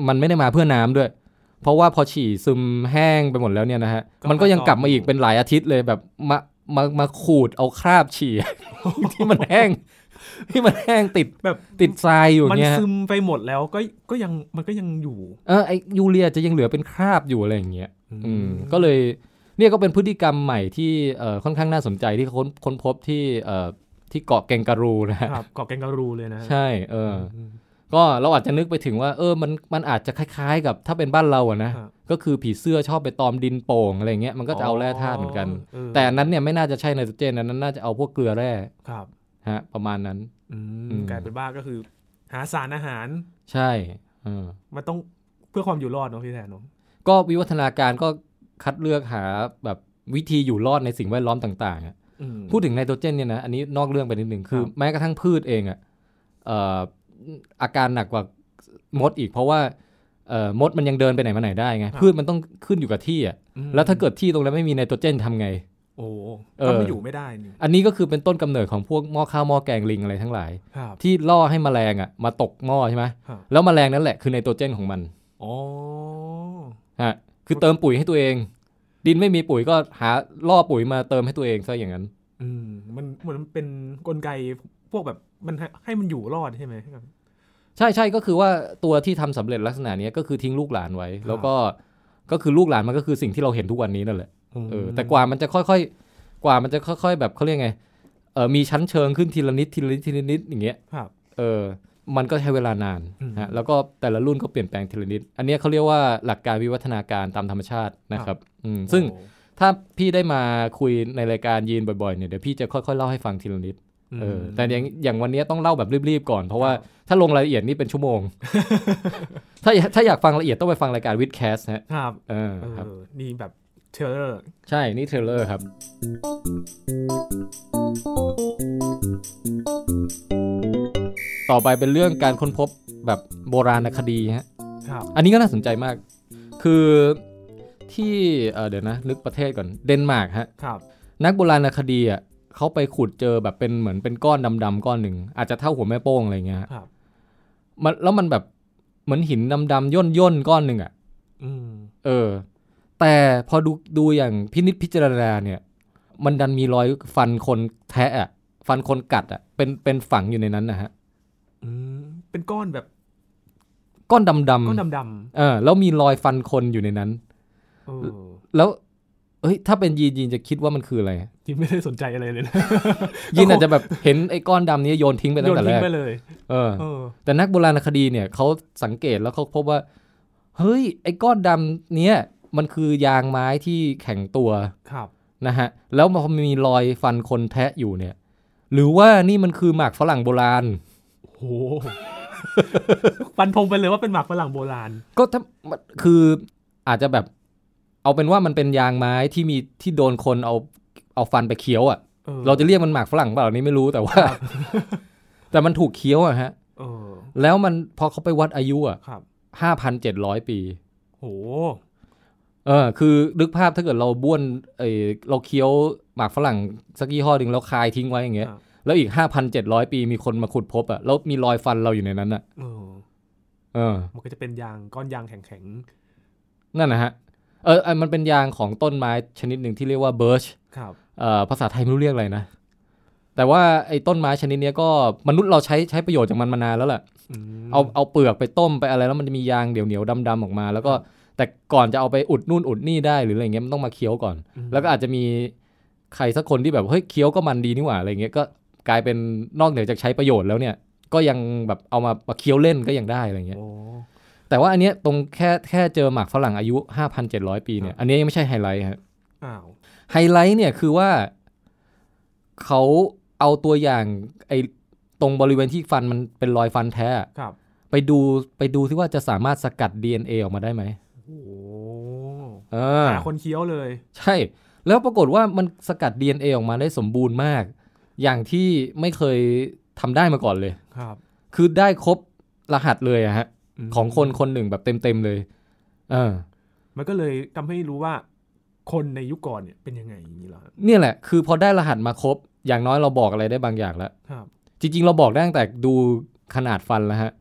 [SPEAKER 2] มันไม่ได้มาเพื่อน้ำด้วย เพราะว่าพอฉี่ซึมแห้งไปหมดแล้วเนี่ยนะฮะ มันก็ยังกลับมาอีกเป็นหลายอาทิตย์เลยแบบมา มา มาขูดเอาคราบฉี่ [LAUGHS] ที่มันแห้ง [LAUGHS] ที่มันแห้งติด
[SPEAKER 1] แบบ
[SPEAKER 2] ติดทรายอยู่
[SPEAKER 1] มัน
[SPEAKER 2] เงี้ย
[SPEAKER 1] ซึมไปหมดแล้วก็ก็ยังมันก็ยังอยู่
[SPEAKER 2] เออไอยูเรียจะยังเหลือเป็นคราบอยู่อะไรอย่างเงี้ย อืม ก็
[SPEAKER 1] เลย
[SPEAKER 2] เลยเนี่ยก็เป็นพฤติกรรมใหม่ที่เอ่อค่อนข้างน่าสนใจที่ค้นค้นพบที่เอ่อที่เกาะแกงการูนะฮะ
[SPEAKER 1] ครับเกาะแกงการูเลยนะ
[SPEAKER 2] ใช่ เออ
[SPEAKER 1] ม
[SPEAKER 2] ก็เราอาจจะนึกไปถึงว่า เออมันมันอาจจะคล้ายๆ กับถ้าเป็นบ้านเราอะนะครับ ก็คือผีเสื้อชอบไปตอมดินโป่งอะไรเงี้ยมันก็จะเอาแร่ธาตุเหมือนกัน แต่อันนั้นเนี่ยไม่น่าจะใช่ไนโตรเจนอันนั้นน่าจะเอาพวกเกลือแร่
[SPEAKER 1] ครับ
[SPEAKER 2] ฮะประมาณนั้น
[SPEAKER 1] อื
[SPEAKER 2] อื
[SPEAKER 1] ม
[SPEAKER 2] ม
[SPEAKER 1] กลายเป็นว่าก็คือ หาสารอาหาร
[SPEAKER 2] ใช่เออ
[SPEAKER 1] มันต้องเพื่อความอยู่รอดเนาะพี่แทนเนอะ
[SPEAKER 2] ก็วิวัฒนาการก็คัดเลือกหาแบบวิธีอยู่รอดในสิ่งแวดล้อมต่างๆอะ
[SPEAKER 1] อืม
[SPEAKER 2] พูดถึงไนโตรเจนเนี่ยนะอันนี้นอกเรื่องไปนิดหนึ่งคือ
[SPEAKER 1] ครับ
[SPEAKER 2] แม้กระทั่งพืชเองอะเอ่ออาการหนักกว่ามดอีกเพราะว่าเอ่อมดมันยังเดินไปไหนมาไหนได้ไงพืชมันต้องขึ้นอยู่กับที่อะ
[SPEAKER 1] อืม
[SPEAKER 2] แล้วถ้าเกิดที่ตรงนั้นไม่มีไนโตรเจนทำไง
[SPEAKER 1] โอ้
[SPEAKER 2] เอ
[SPEAKER 1] ก็
[SPEAKER 2] อ
[SPEAKER 1] ไม่อยู่ไม่ได้นี่
[SPEAKER 2] อันนี้ก็คือเป็นต้นกำเนิดของพวกหม้อข้าวหม้อแกงลิงอะไรทั้งหลาย
[SPEAKER 1] ครับ
[SPEAKER 2] ที่ล่อให้แมลงอ่ะมาตกหม้อใช่ไหม
[SPEAKER 1] ครับ
[SPEAKER 2] แล้วแมลงนั่นแหละคือไนโตรเจนของมัน
[SPEAKER 1] อ๋อ
[SPEAKER 2] ฮะคือเติมปุ๋ยให้ตัวเอง ดินไม่มีปุ๋ยก็หาล่อปุ๋ยมาเติมให้ตัวเองซะอย่างนั้น
[SPEAKER 1] อืมมันเหมือนเป็นกลไกพวกแบบมันให้ให้มันอยู่รอดใช่ไหมครับ
[SPEAKER 2] ใช่ใช่ก็คือว่าตัวที่ทำสำเร็จลักษณะเนี้ยก็คือทิ้งลูกหลานไว้
[SPEAKER 1] ครับ
[SPEAKER 2] แล้วก็ก็คือลูกหลานมันก็คือสิ่งที่เราเห็นทุกวันนี้นั่นแหละเออ
[SPEAKER 1] ม
[SPEAKER 2] แต่กว่ามันจะค่อยๆ กว่ามันจะค่อย ๆ แบบเขาเรียกไงเออมีชั้นเชิงขึ้นทีละนิดทีละนิดทีละนิดอย่างเงี้ย
[SPEAKER 1] ครับ
[SPEAKER 2] เออ มันก็ใช้เวลานาน
[SPEAKER 1] อืม
[SPEAKER 2] ฮะ แล้วก็แต่ละรุ่นก็เปลี่ยนแปลงทีละนิด อันเนี้ยเขาเรียกว่าหลักการวิวัฒนาการตามธรรมชาตินะค
[SPEAKER 1] ครั
[SPEAKER 2] รับ
[SPEAKER 1] บ
[SPEAKER 2] อืม ซึ่ง
[SPEAKER 1] โอ้
[SPEAKER 2] ถ้าพี่ได้มาคุยในรายการยีนบ่อยๆ เนี่ย เดี๋ยวพี่จะค่อยๆ เล่าให้ฟังทีละนิด เออ
[SPEAKER 1] ม
[SPEAKER 2] แต่อย่างอย่างวันเนี้ยต้องเล่าแบบรีบๆ ก่อน เพราะว่า
[SPEAKER 1] ครับ
[SPEAKER 2] ถ้าลงรายละเอียดนี่เป็นชั่วโมง [LAUGHS] ถ้าอยากถ้าอยากฟังละเอียดต้องไปฟังรายการวิดแคสฮะ
[SPEAKER 1] ครับ
[SPEAKER 2] เออ
[SPEAKER 1] เอ
[SPEAKER 2] ครับ
[SPEAKER 1] อนี่แบบเทเลอร์
[SPEAKER 2] ใช่ นี่เทรลเลอร์ครับ ต่อไปเป็นเรื่องการค้นพบแบบโบราณคดีฮะ
[SPEAKER 1] ครับ
[SPEAKER 2] อันนี้ก็น่าสนใจมาก คือที่เอ่อเดี๋ยวนะ นึกประเทศก่อน เดนมาร์กฮะ
[SPEAKER 1] ครับ
[SPEAKER 2] นักโบราณคดีอ่ะ เขาไปขุดเจอแบบเป็นเหมือนเป็นก้อนดำๆก้อนหนึ่งอาจจะเท่าหัวแม่โป้งอะไรเงี้ยฮะ
[SPEAKER 1] ครับ
[SPEAKER 2] มันแล้วมันแบบเหมือนหินดำๆย่นย่นๆก้อนหนึ่งอ่ะ
[SPEAKER 1] อืม
[SPEAKER 2] เออ แต่พอดูดูอย่างพินิษพิจารณาเนี่ย มันดันมีรอยฟันคนแทะอะฟันคนกัดอ่ะเป็นเป็นฝังอยู่ในนั้นนะฮะ
[SPEAKER 1] อืมเป็นก้อนแบบ
[SPEAKER 2] ก้อนดำดำ
[SPEAKER 1] ก้อนดำ
[SPEAKER 2] เออแล้วมีรอยฟันคนอยู่ในนั้น
[SPEAKER 1] ๆเออ
[SPEAKER 2] แล้ว เอ้ย ถ้าเป็นยีนยีนจะคิดว่ามันคืออะไร
[SPEAKER 1] ที่ไม่ได้สนใจอะไรเลยนะ
[SPEAKER 2] ยีนอาจจะแบบเห็นไอ้ก้อนดำนี้โยนทิ้งไปตั้
[SPEAKER 1] โย
[SPEAKER 2] ง
[SPEAKER 1] น
[SPEAKER 2] แต่แร
[SPEAKER 1] ทิ้ง
[SPEAKER 2] ก
[SPEAKER 1] ไปเลย
[SPEAKER 2] เออ
[SPEAKER 1] เออ
[SPEAKER 2] แต่นักโบราณคดีเนี่ยเขาสังเกตแล้วเขาพบว่า เฮ้ย ไอ้ก้อนดำเนี้ยมันคือยางไม้ที่แข็งตัว
[SPEAKER 1] ครับ
[SPEAKER 2] นะฮะแล้วพอมีรอยฟันคนแทะอยู่เนี่ย หรือว่านี่มันคือหมากฝรั่งโบราณ
[SPEAKER 1] โห ฟันธงไปเลยว่าเป็นหมากฝรั่งโบราณ
[SPEAKER 2] ก็ถ้ามันคืออาจจะแบบเอาเป็นว่ามันเป็นยางไม้ที่มีที่โดนคนเอาเอาฟันไปเคี้ยวอะ่ะ
[SPEAKER 1] เออ
[SPEAKER 2] เราจะเรียกมันหมากฝรั่งเปล่าอันนี้ไม่รู้แต่ว่า [LAUGHS] แต่มันถูกเคี้ยวอะฮะ
[SPEAKER 1] เออ
[SPEAKER 2] แล้วมันพอเขาไปวัดอายุอ่ะ
[SPEAKER 1] ครับ
[SPEAKER 2] ห้าพันเจ็ดร้อยปี
[SPEAKER 1] โห
[SPEAKER 2] เออคือนึกภาพถ้าเกิดเราบ้วนเออเราเคี้ยวหมากฝรั่งสักยี่ห้อหนึ่งแล้วคายทิ้งไว้อย่างเงี้ย
[SPEAKER 1] อ่า
[SPEAKER 2] แล้วอีก 5,700 ปีมีคนมาขุดพบอะแล้วมีรอยฟันเราอยู่ในนั้นอะ
[SPEAKER 1] เออ
[SPEAKER 2] เออ
[SPEAKER 1] มันก็จะเป็นยางก้อนยางแข็ง
[SPEAKER 2] นั่นนะฮะ เออเออมันเป็นยางของต้นไม้ชนิดหนึ่งที่เรียกว่าเบิร์ช
[SPEAKER 1] ๆ ครับ
[SPEAKER 2] เอ่อภาษาไทยไม่รู้เรียกอะไรนะ แต่ว่าไอ้ต้นไม้ชนิดเนี้ยก็มนุษย์เราใช้ใช้ประโยชน์จากมันมานานแล้วแหละ
[SPEAKER 1] อืม
[SPEAKER 2] เอาเอาเปลือกไปต้มไปอะไรแล้วมันจะมียางเหนียวๆดำๆออกมา แล้วก็แต่ก่อนจะเอาไปอุดนู่นอุดนี่ได้หรืออะไรเงี้ยมันต้องมาเคี้ยวก่อน
[SPEAKER 1] อืม
[SPEAKER 2] แล้วก็อาจจะมีใครสักคนที่แบบเฮ้ยเคี้ยวก็มันดีนี่หว่าอะไรเงี้ยก็กลายเป็นนอกเหนือจากใช้ประโยชน์แล้วเนี่ย ก็ยังแบบเอามามาเคี้ยวเล่นก็ยังได้อะไรเงี้ย
[SPEAKER 1] โอ้
[SPEAKER 2] แต่ว่าอันเนี้ยตรงแค่แค่เจอหมากฝรั่งอายุ 5,700 ปีเนี่
[SPEAKER 1] ค
[SPEAKER 2] ย
[SPEAKER 1] รับ
[SPEAKER 2] อันเนี้ยยังไม่ใช่ไฮไลท์ฮะ
[SPEAKER 1] อ้าว
[SPEAKER 2] ไฮไลท์เนี่ยคือว่าเขาเอาตัวอย่างไอตรงบริเวณที่ฟันมันเป็นรอยฟันแท้อะ
[SPEAKER 1] ครับ
[SPEAKER 2] ไปดูไปดูที่ว่าจะสามารถสกัด DNA ออกมาได้ไหม
[SPEAKER 1] โอ้
[SPEAKER 2] เออ
[SPEAKER 1] หาคนเคี้ยวเลย
[SPEAKER 2] ใช่ แล้วปรากฏว่ามันสกัด DNA ออกมาได้สมบูรณ์มาก อย่างที่ไม่เคยทำได้มาก่อนเลย
[SPEAKER 1] ครับ
[SPEAKER 2] คือได้ครบรหัสเลยอะฮะ
[SPEAKER 1] ม
[SPEAKER 2] ของคนคนหนึ่งแบบเต็มๆเลย เออ
[SPEAKER 1] มันก็เลยทำให้รู้ว่า คนในยุคก่อนเนี่ยเป็นยังไงอย่างนี้เหรอ
[SPEAKER 2] เนี่ยแหละ คือพอได้รหัสมาครบ อย่างน้อยเราบอกอะไรได้บางอย่างแล้ว
[SPEAKER 1] ครับ
[SPEAKER 2] จริงๆ เราบอกได้ตั้งแต่ดูขนาดฟันแล้วฮะ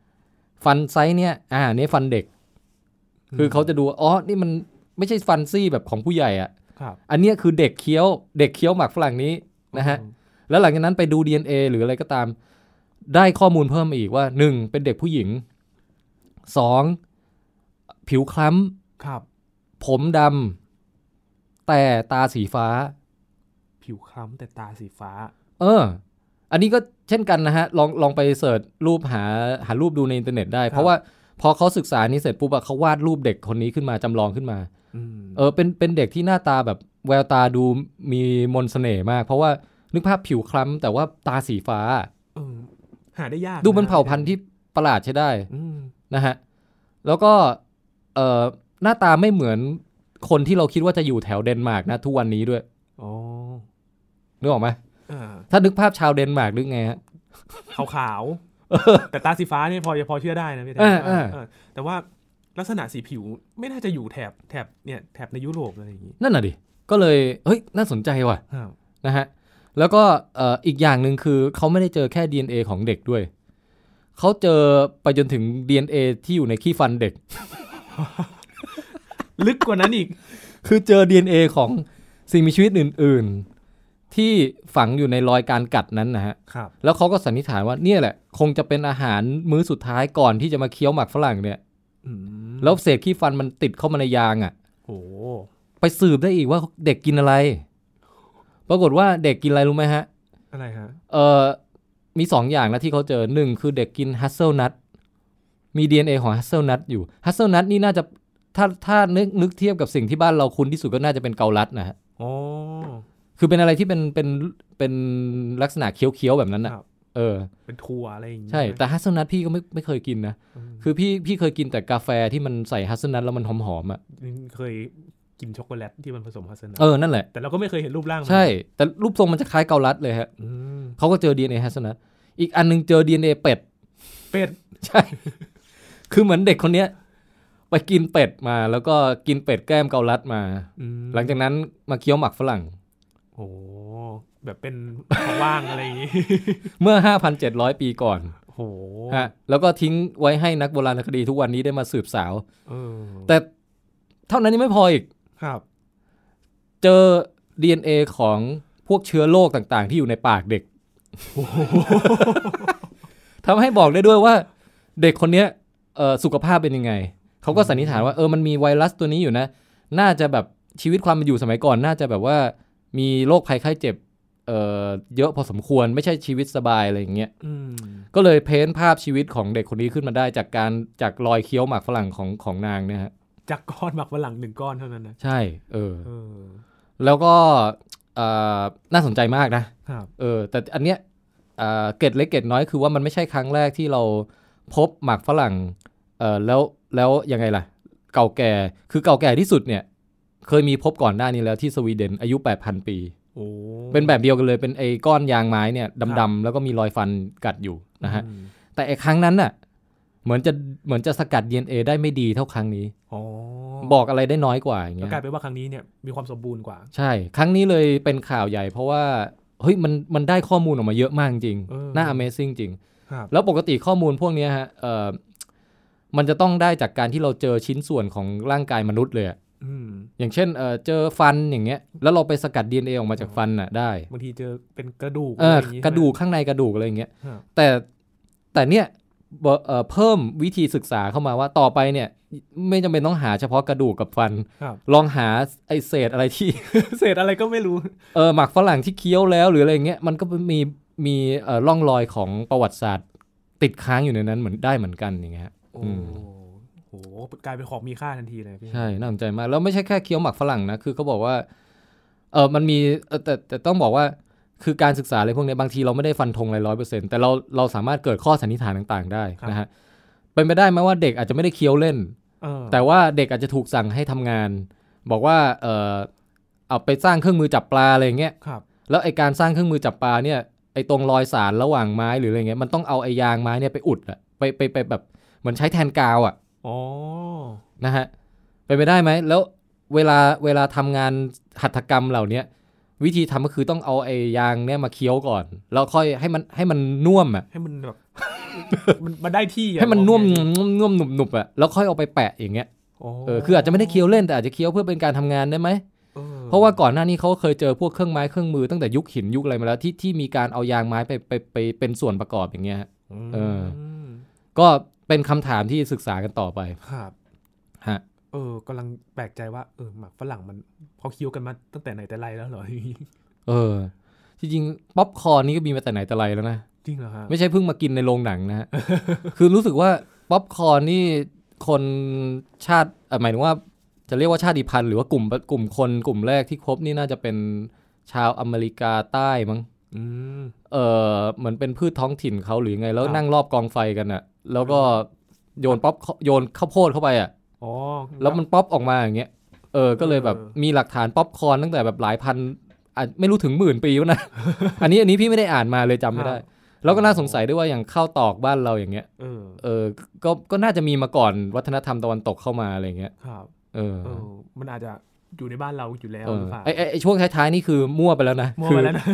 [SPEAKER 2] ฟันไซส์เนี่ย อ่าเนี่ยฟันเด็ก คือเขาจะดูว่าอ๋อ นี่มันไม่ใช่ฟันซี่แบบของผู้ใหญ่อะ
[SPEAKER 1] ครับ
[SPEAKER 2] อันเนี้ยคือเด็กเคี้ยว เด็กเคี้ยวหมากฝรั่งนี้นะฮะ แล้วหลังจากนั้นไปดู DNA หรืออะไรก็ตาม ได้ข้อมูลเพิ่มมาอีกว่า 1. เป็นเด็กผู้หญิง 2. ผิวคล้
[SPEAKER 1] ครับ
[SPEAKER 2] ำ ผมดำ แต่ตาสีฟ้า
[SPEAKER 1] ผิวคล้ำแต่ตาสีฟ้า
[SPEAKER 2] เออ อันนี้ก็เช่นกันนะฮะ ลองลองไปเสิร์ชรูปหาหารูปดูในอินเทอร์เน็ตได้
[SPEAKER 1] ครับ
[SPEAKER 2] เพราะว่าพอเขาศึกษานี้เสร็จปุ๊บอะเขาวาดรูปเด็กคนนี้ขึ้นมาจำลองขึ้นมา
[SPEAKER 1] อืม
[SPEAKER 2] เออเป็นเป็นเด็กที่หน้าตาแบบแววตาดูมีมนต์เสน่ห์มาก เพราะว่านึกภาพผิวคล้ำแต่ว่าตาสีฟ้า
[SPEAKER 1] เออหาได้ยากะ
[SPEAKER 2] ดูเป็นเผ่าพันธุ์ที่ประหลาดใช้ได้
[SPEAKER 1] อืม
[SPEAKER 2] นะฮะ แล้วก็เอ่อหน้าตาไม่เหมือนคนที่เราคิดว่าจะอยู่แถวเดนมาร์กนะ ทุกวันนี้ด้วย
[SPEAKER 1] อ๋อ
[SPEAKER 2] นึกออกไหม
[SPEAKER 1] เออ
[SPEAKER 2] ถ้านึกภาพชาวเดนมาร์กนึกไงฮะ
[SPEAKER 1] ขาวขาวๆแต่ตาสีฟ้าเนี่ยพอพอเชื่อได้นะพี่แทน
[SPEAKER 2] เออเออ
[SPEAKER 1] เออแต่ว่าลักษณะสีผิวไม่น่าจะอยู่แถบแถบเนี่ยแถบในยุโรปอะไรอย่างนี้
[SPEAKER 2] นั่นน่ะดิ ก็เลย เฮ้ย น่าสนใจว่ะ
[SPEAKER 1] ครับ
[SPEAKER 2] นะฮะ แล้วก็เอ่ออีกอย่างหนึ่งคือเขาไม่ได้เจอแค่ DNA ของเด็กด้วย เขาเจอไปจนถึง DNA ที่อยู่ในขี้ฟันเด็ก
[SPEAKER 1] ลึกกว่านั้นอีก
[SPEAKER 2] คือเจอ DNA ของสิ่งมีชีวิตอื่น ๆ ที่ฝังอยู่ในรอยการกัดนั้นนะฮะ
[SPEAKER 1] ครับ
[SPEAKER 2] แล้วเขาก็สันนิษฐานว่าเนี่ยแหละ คงจะเป็นอาหารมื้อสุดท้ายก่อนที่จะมาเคี้ยวหมักฝรั่งเนี่ย
[SPEAKER 1] อืม
[SPEAKER 2] แล้วเศษขี้ฟันมันติดเข้ามาในยางอะ่ะ
[SPEAKER 1] โอ้
[SPEAKER 2] ไปสืบได้อีกว่าเด็กกินอะไร ปรากฏว่าเด็กกินอะไรรู้ไหมฮะ
[SPEAKER 1] อะไรฮะ
[SPEAKER 2] เออมีสองอย่างนะที่เขาเจอหนึ่งคือเด็กกินฮัสเซลนัทมี DNA ของฮัสเซลนัทอยู่ฮัสเซลนัทนี่น่าจะถ้าถ้านึกนึกเทียบกับสิ่งที่บ้านเราคุ้นที่สุดก็น่าจะเป็นเกาลัดนะฮะ
[SPEAKER 1] อ๋อ
[SPEAKER 2] คือเป็นอะไรที่เป็นเป็นเป็นลักษณะเคี้ยวๆแบบนั้น
[SPEAKER 1] ครั
[SPEAKER 2] อ่ะ
[SPEAKER 1] บ
[SPEAKER 2] เออ
[SPEAKER 1] เป็นทัวอะไรอย่างนี้
[SPEAKER 2] ใช่
[SPEAKER 1] ไหม
[SPEAKER 2] แต่ฮัสเซลนัทพี่ก็ไม่ไม่เคยกินนะ
[SPEAKER 1] อืม
[SPEAKER 2] คือพี่พี่เคยกินแต่กาแฟที่มันใส่ฮัสเซลนัทแล้วมันหอมหอมๆอ่ะ
[SPEAKER 1] เคยกินช็อกโกแลตที่มันผสมฮัสนา
[SPEAKER 2] เออนั่นแหละ
[SPEAKER 1] แต่เราก็ไม่เคยเห็นรูปร่างมัน
[SPEAKER 2] ใช่ แต่รูปทรงมันจะคล้ายเกาลัดเลยฮะ
[SPEAKER 1] อืม
[SPEAKER 2] เขาก็เจอ DNA ฮัสเซลนัทอีกอันหนึงเจอ DNA เป็ด
[SPEAKER 1] เป็ด
[SPEAKER 2] ใช่ คือเหมือนเด็กคนเนี้ย ไปกินเป็ดมา แล้วก็กินเป็ดแก้มเกาลัดมา
[SPEAKER 1] อืม
[SPEAKER 2] หลังจากนั้นมาเคี้ยวหมักฝรั่ง
[SPEAKER 1] โอ้โหแบบเป็นของว่างอะไรอย่างงี้
[SPEAKER 2] เมื่อ 5,700 ปีก่อน
[SPEAKER 1] โอ้โห
[SPEAKER 2] ฮะแล้วก็ทิ้งไว้ให้นักโบราณคดีทุกวันนี้ได้มาสืบสาว
[SPEAKER 1] เออ
[SPEAKER 2] แต่เท่านั้นยังไม่พออีก
[SPEAKER 1] ครับ
[SPEAKER 2] เจอ DNA ของพวกเชื้อโรคต่างๆ ที่อยู่ในปากเด็กทำให้บอกได้ด้วยว่า เด็กคนเนี้ยเอ่อสุขภาพเป็นยังไง เขาก็สันนิษฐานว่าเออมันมีไวรัสตัวนี้อยู่นะ น่าจะแบบชีวิตความเป็นอยู่สมัยก่อน น่าจะแบบว่ามีโรคภัยไข้เจ็บเอ่อเยอะพอสมควรไม่ใช่ชีวิตสบายอะไรอย่างเงี้ย
[SPEAKER 1] อืม
[SPEAKER 2] ก็เลยเพ้นภาพชีวิตของเด็กคนนี้ขึ้นมาได้จากการจากรอยเคี้ยวหมากฝรั่งของของนางเนี่ยฮะ
[SPEAKER 1] จากก้อนหมักฝรั่งหนึ่งก้อนเท่านั้นนะ
[SPEAKER 2] ใช่ เออ
[SPEAKER 1] เออ
[SPEAKER 2] แล้วก็เอ่อน่าสนใจมากนะ
[SPEAKER 1] ครับ
[SPEAKER 2] เออ แต่อันเนี้ยเอ่อเกร็ดเล็กเกร็ดน้อยคือว่ามันไม่ใช่ครั้งแรกที่เราพบหมากฝรั่ง เออแล้วแล้วยังไงล่ะ เก่าแก่ คือเก่าแก่ที่สุดเนี่ย เคยมีพบก่อนหน้านี้แล้วที่สวีเดนอายุ 8,000 ปี
[SPEAKER 1] โอ้
[SPEAKER 2] เป็นแบบเดียวกันเลยเป็นไอ้ก้อนยางไม้เนี่ยดำๆแล้วก็มีรอยฟันกัดอยู่นะฮะ
[SPEAKER 1] อืม
[SPEAKER 2] แต่ไอ้ครั้งนั้นน่ะเหมือนจะเหมือนจะสกัด DNA ได้ไม่ดีเท่าครั้งนี้
[SPEAKER 1] อ๋อ
[SPEAKER 2] บอกอะไรได้น้อยกว่าอย่าง
[SPEAKER 1] แล้
[SPEAKER 2] เงี้
[SPEAKER 1] วย กลายเป็นว่าครั้งนี้เนี่ยมีความสมบูรณ์กว่า
[SPEAKER 2] ใช่ ครั้งนี้เลยเป็นข่าวใหญ่เพราะว่าเฮ้ยมันมันได้ข้อมูลออกมาเยอะมากจริง
[SPEAKER 1] เออ
[SPEAKER 2] น่า Amazing จริง
[SPEAKER 1] ครับ
[SPEAKER 2] แล้วปกติข้อมูลพวกเนี้ยฮะเอ่อมันจะต้องได้จากการที่เราเจอชิ้นส่วนของร่างกายมนุษย์เลยอะ
[SPEAKER 1] อืม
[SPEAKER 2] อย่างเช่นเอ่อเจอฟันอย่างเงี้ยแล้วเราไปสกัด DNA ออกมาจากฟันน่ะได้
[SPEAKER 1] บางทีเจอเป็นกระดูก
[SPEAKER 2] เออ
[SPEAKER 1] ไรย่างงี้
[SPEAKER 2] ก
[SPEAKER 1] ใช่ไหม
[SPEAKER 2] ระดูกข้างในกระดูกอะไรอย่างเงี้ย
[SPEAKER 1] ครับ
[SPEAKER 2] แต่แต่เนี่ยเบอเอ่อเพิ่มวิธีศึกษาเข้ามาว่าต่อไปเนี่ย ไม่จำเป็นต้องหาเฉพาะกระดูกกับฟัน
[SPEAKER 1] ครับ
[SPEAKER 2] ลองหาไอเศษอะไรที่
[SPEAKER 1] เศษอะไรก็ไม่รู้
[SPEAKER 2] เออหมักฝรั่งที่เคี้ยวแล้วหรืออะไรอย่างเงี้ยมันก็มีมีเอ่อร่องรอยของประวัติศาสตร์ ติดค้างอยู่ในนั้นเหมือนได้เหมือนกันอย่างเงี้ยฮะ
[SPEAKER 1] โอ้
[SPEAKER 2] อืม
[SPEAKER 1] โหกลายเป็นของมีค่าทันทีเลยพี่
[SPEAKER 2] ใช่น่าสนใจมาก แล้วไม่ใช่แค่เคี้ยวหมักฝรั่งนะ คือเขาบอกว่าเออมันมีเออแต่แต่ต้องบอกว่าคือการศึกษาอะไรพวกเนี้ยบางทีเราไม่ได้ฟันธงอะไรร้อยเปอร์เซ็นต์แต่เราเราสามารถเกิดข้อสันนิษฐานต่างๆ ได้นะฮะเป็นไปได้ไหมว่าเด็กอาจจะไม่ได้เคี้ยวเล่น
[SPEAKER 1] เออ
[SPEAKER 2] แต่ว่าเด็กอาจจะถูกสั่งให้ทำงาน บอกว่าเออเอาไปสร้างเครื่องมือจับปลาอะไรอย่างเงี้ย
[SPEAKER 1] ครับ
[SPEAKER 2] แล้วไอการสร้างเครื่องมือจับปลาเนี่ยไอตรงรอยสารระหว่างไม้หรืออะไรเงี้ยมันต้องเอาไอยางไม้เนี่ยไปอุดอะไปไปไปแบบเหมือนใช้แทนกาวอะ
[SPEAKER 1] อ๋อ
[SPEAKER 2] นะฮะเป็นไปได้ไหมแล้วเวลาเวลาทำงานหัตถกรรมเหล่าเนี้ยวิธีทำก็คือต้องเอาไอ้ยางเนี่ยมาเคี้ยวก่อน แล้วค่อยให้มันให้มันนุ่มอ่ะ
[SPEAKER 1] ให้มัน
[SPEAKER 2] [LAUGHS]
[SPEAKER 1] แบบ มันมันได้ที่อะ
[SPEAKER 2] ให้มันนุ่ม
[SPEAKER 1] บ
[SPEAKER 2] นุ่มนุ่มหนุบหนุบอ่ะแล้วค่อยเอาไปแปะอย่างเงี้ยเออคืออาจจะไม่ได้เคี้ยวเล่นแต่อาจจะเคี้ยวเพื่อเป็นการทำงานได้ไหม
[SPEAKER 1] ออ
[SPEAKER 2] เพราะว่าก่อนหน้านี้เขาเคยเจอพวกเครื่องไม้เครื่องมือตั้งแต่ยุคหินยุคอะไรมาแล้วที่ที่มีการเอายางไม้ไปไปไปเป็นส่วนประกอบอย่างเงี้ยฮะ เออ
[SPEAKER 1] ม
[SPEAKER 2] ก็เป็นคำถามที่ศึกษากันต่อไป
[SPEAKER 1] ครับ
[SPEAKER 2] ฮะ
[SPEAKER 1] เออกำลังแปลกใจว่าเออหมักฝรั่งมันเขาเคี้ยวกันมาตั้งแต่ไหนแต่ไรแล้วเหรอ [LAUGHS]
[SPEAKER 2] เออ จริงๆป๊อปคอร์นนี่ก็มีมาแต่ไหนแต่ไรแล้วนะ
[SPEAKER 1] จริงเหรอฮะ
[SPEAKER 2] ไม่ใช่เพิ่งมากินในโรงหนังนะฮะ [LAUGHS] คือรู้สึกว่าป๊อปคอร์นนี่คนชาติเอ่อหมายถึงว่าจะเรียกว่าชาติพันธุ์หรือว่ากลุ่มกลุ่มคนกลุ่มแรกที่ครบนี่น่าจะเป็นชาวอเมริกาใต้มั้ง
[SPEAKER 1] อืม
[SPEAKER 2] เออเหมือนเป็นพืชท้องถิ่นเขาหรือยังไง แล้ว
[SPEAKER 1] ครับ
[SPEAKER 2] นั่งรอบกองไฟกันอะแล้วก็โยนป๊อปโยนข้าวโพดเข้าไปอะ
[SPEAKER 1] อ๋อ
[SPEAKER 2] แล้วมันป๊อปออกมาอย่างเงี้ย เออ ก็เลยแบบ
[SPEAKER 1] เออ
[SPEAKER 2] มีหลักฐานป๊อปคอร์นตั้งแต่แบบหลายพันอาจไม่รู้ถึงหมื่นปีวะนะ [LAUGHS] อันนี้อันนี้พี่ไม่ได้อ่านมาเลยจำไม่ได้ แล้วก็น่าสงสัยด้วยว่าอย่างข้าวตอกบ้านเราอย่างเงี้ย
[SPEAKER 1] เออ
[SPEAKER 2] เออ ก็ ก็น่าจะมีมาก่อนวัฒนธรรมตะวันตกเข้ามาอะไรเงี้ย
[SPEAKER 1] ครับ
[SPEAKER 2] เออ
[SPEAKER 1] เออ มันอาจจะอยู่ในบ้านเราอยู่แล้ว
[SPEAKER 2] เอ
[SPEAKER 1] ห
[SPEAKER 2] อ
[SPEAKER 1] รือเปล่า
[SPEAKER 2] ไอ้ไอ้ไอ้ช่วงท้ายๆนี่คือมั่วไปแล้วนะ
[SPEAKER 1] มั่ว
[SPEAKER 2] คื
[SPEAKER 1] ไปแล้วนะ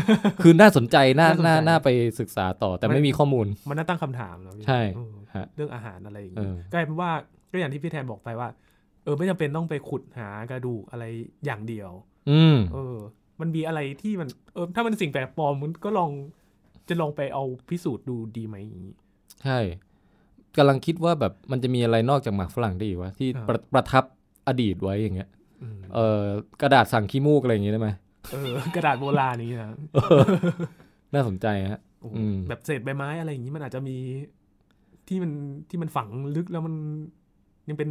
[SPEAKER 2] คือน่าสนใจ น่า
[SPEAKER 1] น่าสนใจ
[SPEAKER 2] น่า น่าไปศึกษาต่อ แต่
[SPEAKER 1] มัน
[SPEAKER 2] ไม่มีข้อมูล
[SPEAKER 1] มันน่าตั้งคำถามนะพี่
[SPEAKER 2] ใช่
[SPEAKER 1] เออ
[SPEAKER 2] ฮะ
[SPEAKER 1] เรื่องอาหารอะไรอย่าง
[SPEAKER 2] เอ
[SPEAKER 1] เงี้ย
[SPEAKER 2] อ
[SPEAKER 1] กลายเป็นว่าก็อย่างที่พี่แทนบอกไปว่า เออไม่จำเป็นต้องไปขุดหากระดูกอะไรอย่างเดียว
[SPEAKER 2] อืม
[SPEAKER 1] เออ มันมีอะไรที่มัน เออ ถ้ามันสิ่งแปลกปลอมมันก็ลอง จะลองไปเอาพิสูจน์ดูดีไหมอย่างนี้
[SPEAKER 2] ใช่กำลังคิดว่าแบบมันจะมีอะไรนอกจากหมากฝรั่งได้อีกวะ ที่
[SPEAKER 1] ครับ
[SPEAKER 2] ประประทับอดีตไว้อย่างเงี้ย
[SPEAKER 1] อืม
[SPEAKER 2] เออกระดาษสั่งขี้มูกอะไรอย่างงี้ได้ไหม
[SPEAKER 1] เออ กระดาษโบราณอย่างนี้นะ
[SPEAKER 2] น่าสนใจฮะ
[SPEAKER 1] โอ้โห
[SPEAKER 2] อืม
[SPEAKER 1] แบบเศษใบไม้อะไรอย่างนี้มันอาจจะมีที่มันที่มันฝังลึกแล้วมันยังเป็น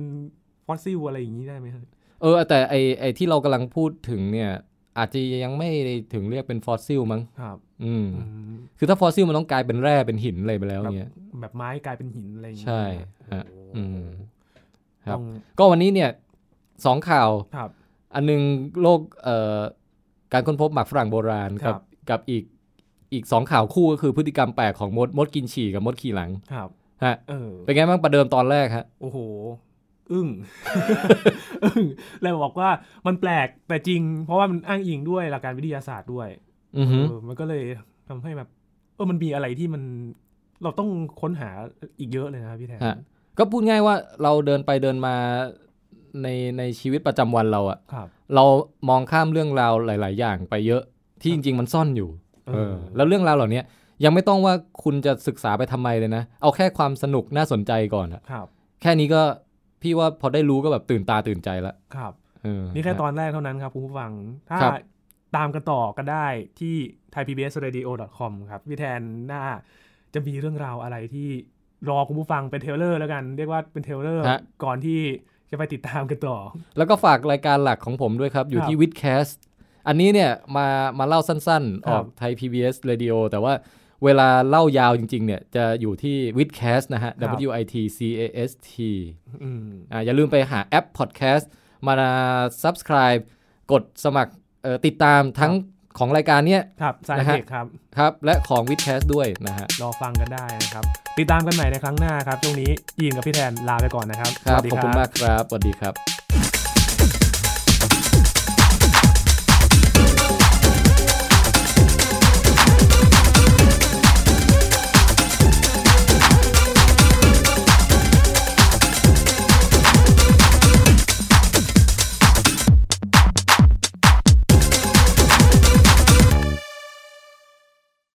[SPEAKER 1] ฟอสซิลอะไรอย่างนี้ได้ไหมครับ
[SPEAKER 2] เออ แต่ไอไอที่เรากำลังพูดถึงเนี่ย อาจจะยังไม่ได้ถึงเรียกเป็นฟอสซิลมั้ง
[SPEAKER 1] ครับ
[SPEAKER 2] อืม
[SPEAKER 1] อืม
[SPEAKER 2] คือถ้าฟอสซิลมันต้องกลายเป็นแร่เป็นหินอะไรไปแล้วเงี้ย
[SPEAKER 1] แบบไม้กลายเป็นหินอะไรอย่างนี้
[SPEAKER 2] ใช่
[SPEAKER 1] โอ้
[SPEAKER 2] ฮะ
[SPEAKER 1] โห
[SPEAKER 2] อืมครั
[SPEAKER 1] ต้อ
[SPEAKER 2] บ
[SPEAKER 1] ง
[SPEAKER 2] ก็วันนี้เนี่ยสองข่าว
[SPEAKER 1] ครับ
[SPEAKER 2] อันหนึงโลกเอ่อการค้นพบหมากฝรั่งโบราณ
[SPEAKER 1] ครั
[SPEAKER 2] กับ กับอีกอีกสองข่าวคู่ก็คือพฤติกรรมแปลกของมดมดกินฉี่กับมดขี่หลัง
[SPEAKER 1] ครับ
[SPEAKER 2] ฮะ
[SPEAKER 1] เออ
[SPEAKER 2] เป็นไงบ้างประเดิมตอนแรกฮะ
[SPEAKER 1] โอ้โห อึ้ง อึ้งเลยบอกว่ามันแปลกแต่จริง เพราะว่ามันอ้างอิงด้วยหลักการวิทยาศาสตร์ด้วย
[SPEAKER 2] อือฮึ
[SPEAKER 1] เออมันก็เลยทำให้แบบ เออมันมีอะไรที่มัน เราต้องค้นหาอีกเยอะเลยนะครับพี่แทน
[SPEAKER 2] ฮะก็พูดง่ายว่าเราเดินไปเดินมาในในชีวิตประจำวันเราอะ
[SPEAKER 1] ครับ
[SPEAKER 2] เรามองข้ามเรื่องราวหลาย ๆ อย่างไปเยอะที่จริง ๆ มันซ่อนอยู่
[SPEAKER 1] เอ
[SPEAKER 2] เอ
[SPEAKER 1] อ
[SPEAKER 2] อแล้วเรื่องราวเหล่าเนี้ยยังไม่ต้องว่าคุณจะศึกษาไปทำไมเลยนะ เอาแค่ความสนุกน่าสนใจก่อนอะ
[SPEAKER 1] ครับ
[SPEAKER 2] แค่นี้ก็พี่ว่าพอได้รู้ก็แบบตื่นตาตื่นใจละ
[SPEAKER 1] ครับ
[SPEAKER 2] เออ
[SPEAKER 1] นี่แค่ตอนแรกเท่านั้นครับคุณผู้ฟัง ถ้า
[SPEAKER 2] ครับ
[SPEAKER 1] ตามกันต่อก็ได้ที่ thaipbsradio.com ครับ พี่แทนหน้าจะมีเรื่องราวอะไรที่รอคุณผู้ฟังเป็นเทรลเลอร์แล้วกัน เรียกว่าเป็นเทรลเลอร์
[SPEAKER 2] ฮะ
[SPEAKER 1] ก่อนที่จะไปติดตามกันต่อ
[SPEAKER 2] แล้วก็ฝากรายการหลักของผมด้วยครับ อยู่ที่วิดแคสอันนี้เนี่ยมามาเล่าสั้นๆ
[SPEAKER 1] ค
[SPEAKER 2] อ
[SPEAKER 1] รับ
[SPEAKER 2] อกไทย PBS Radio แต่ว่าเวลาเล่ายาวจริง ๆ เนี่ย จะอยู่ที่วิดแคสนะฮะ W I T C A S T
[SPEAKER 1] อืม
[SPEAKER 2] อ่าอย่าลืมไปหาแอป Podcast มา subscribe กดสมัครเอ่อติดตามทั้งของรายการเนี่ย
[SPEAKER 1] ครับสาย
[SPEAKER 2] นะฮะ
[SPEAKER 1] เด็กครับ
[SPEAKER 2] ครับ และของวิดแคสด้วยนะฮะ
[SPEAKER 1] รอฟังกันได้นะครับ ติดตามกันใหม่ในครั้งหน้าครับ ช่วงนี้ยีนกับพี่แทนลาไปก่อนนะครับ
[SPEAKER 2] ครั
[SPEAKER 1] สวั
[SPEAKER 2] บ
[SPEAKER 1] สดี
[SPEAKER 2] ขอบคุณมากครับสวัสดีครับ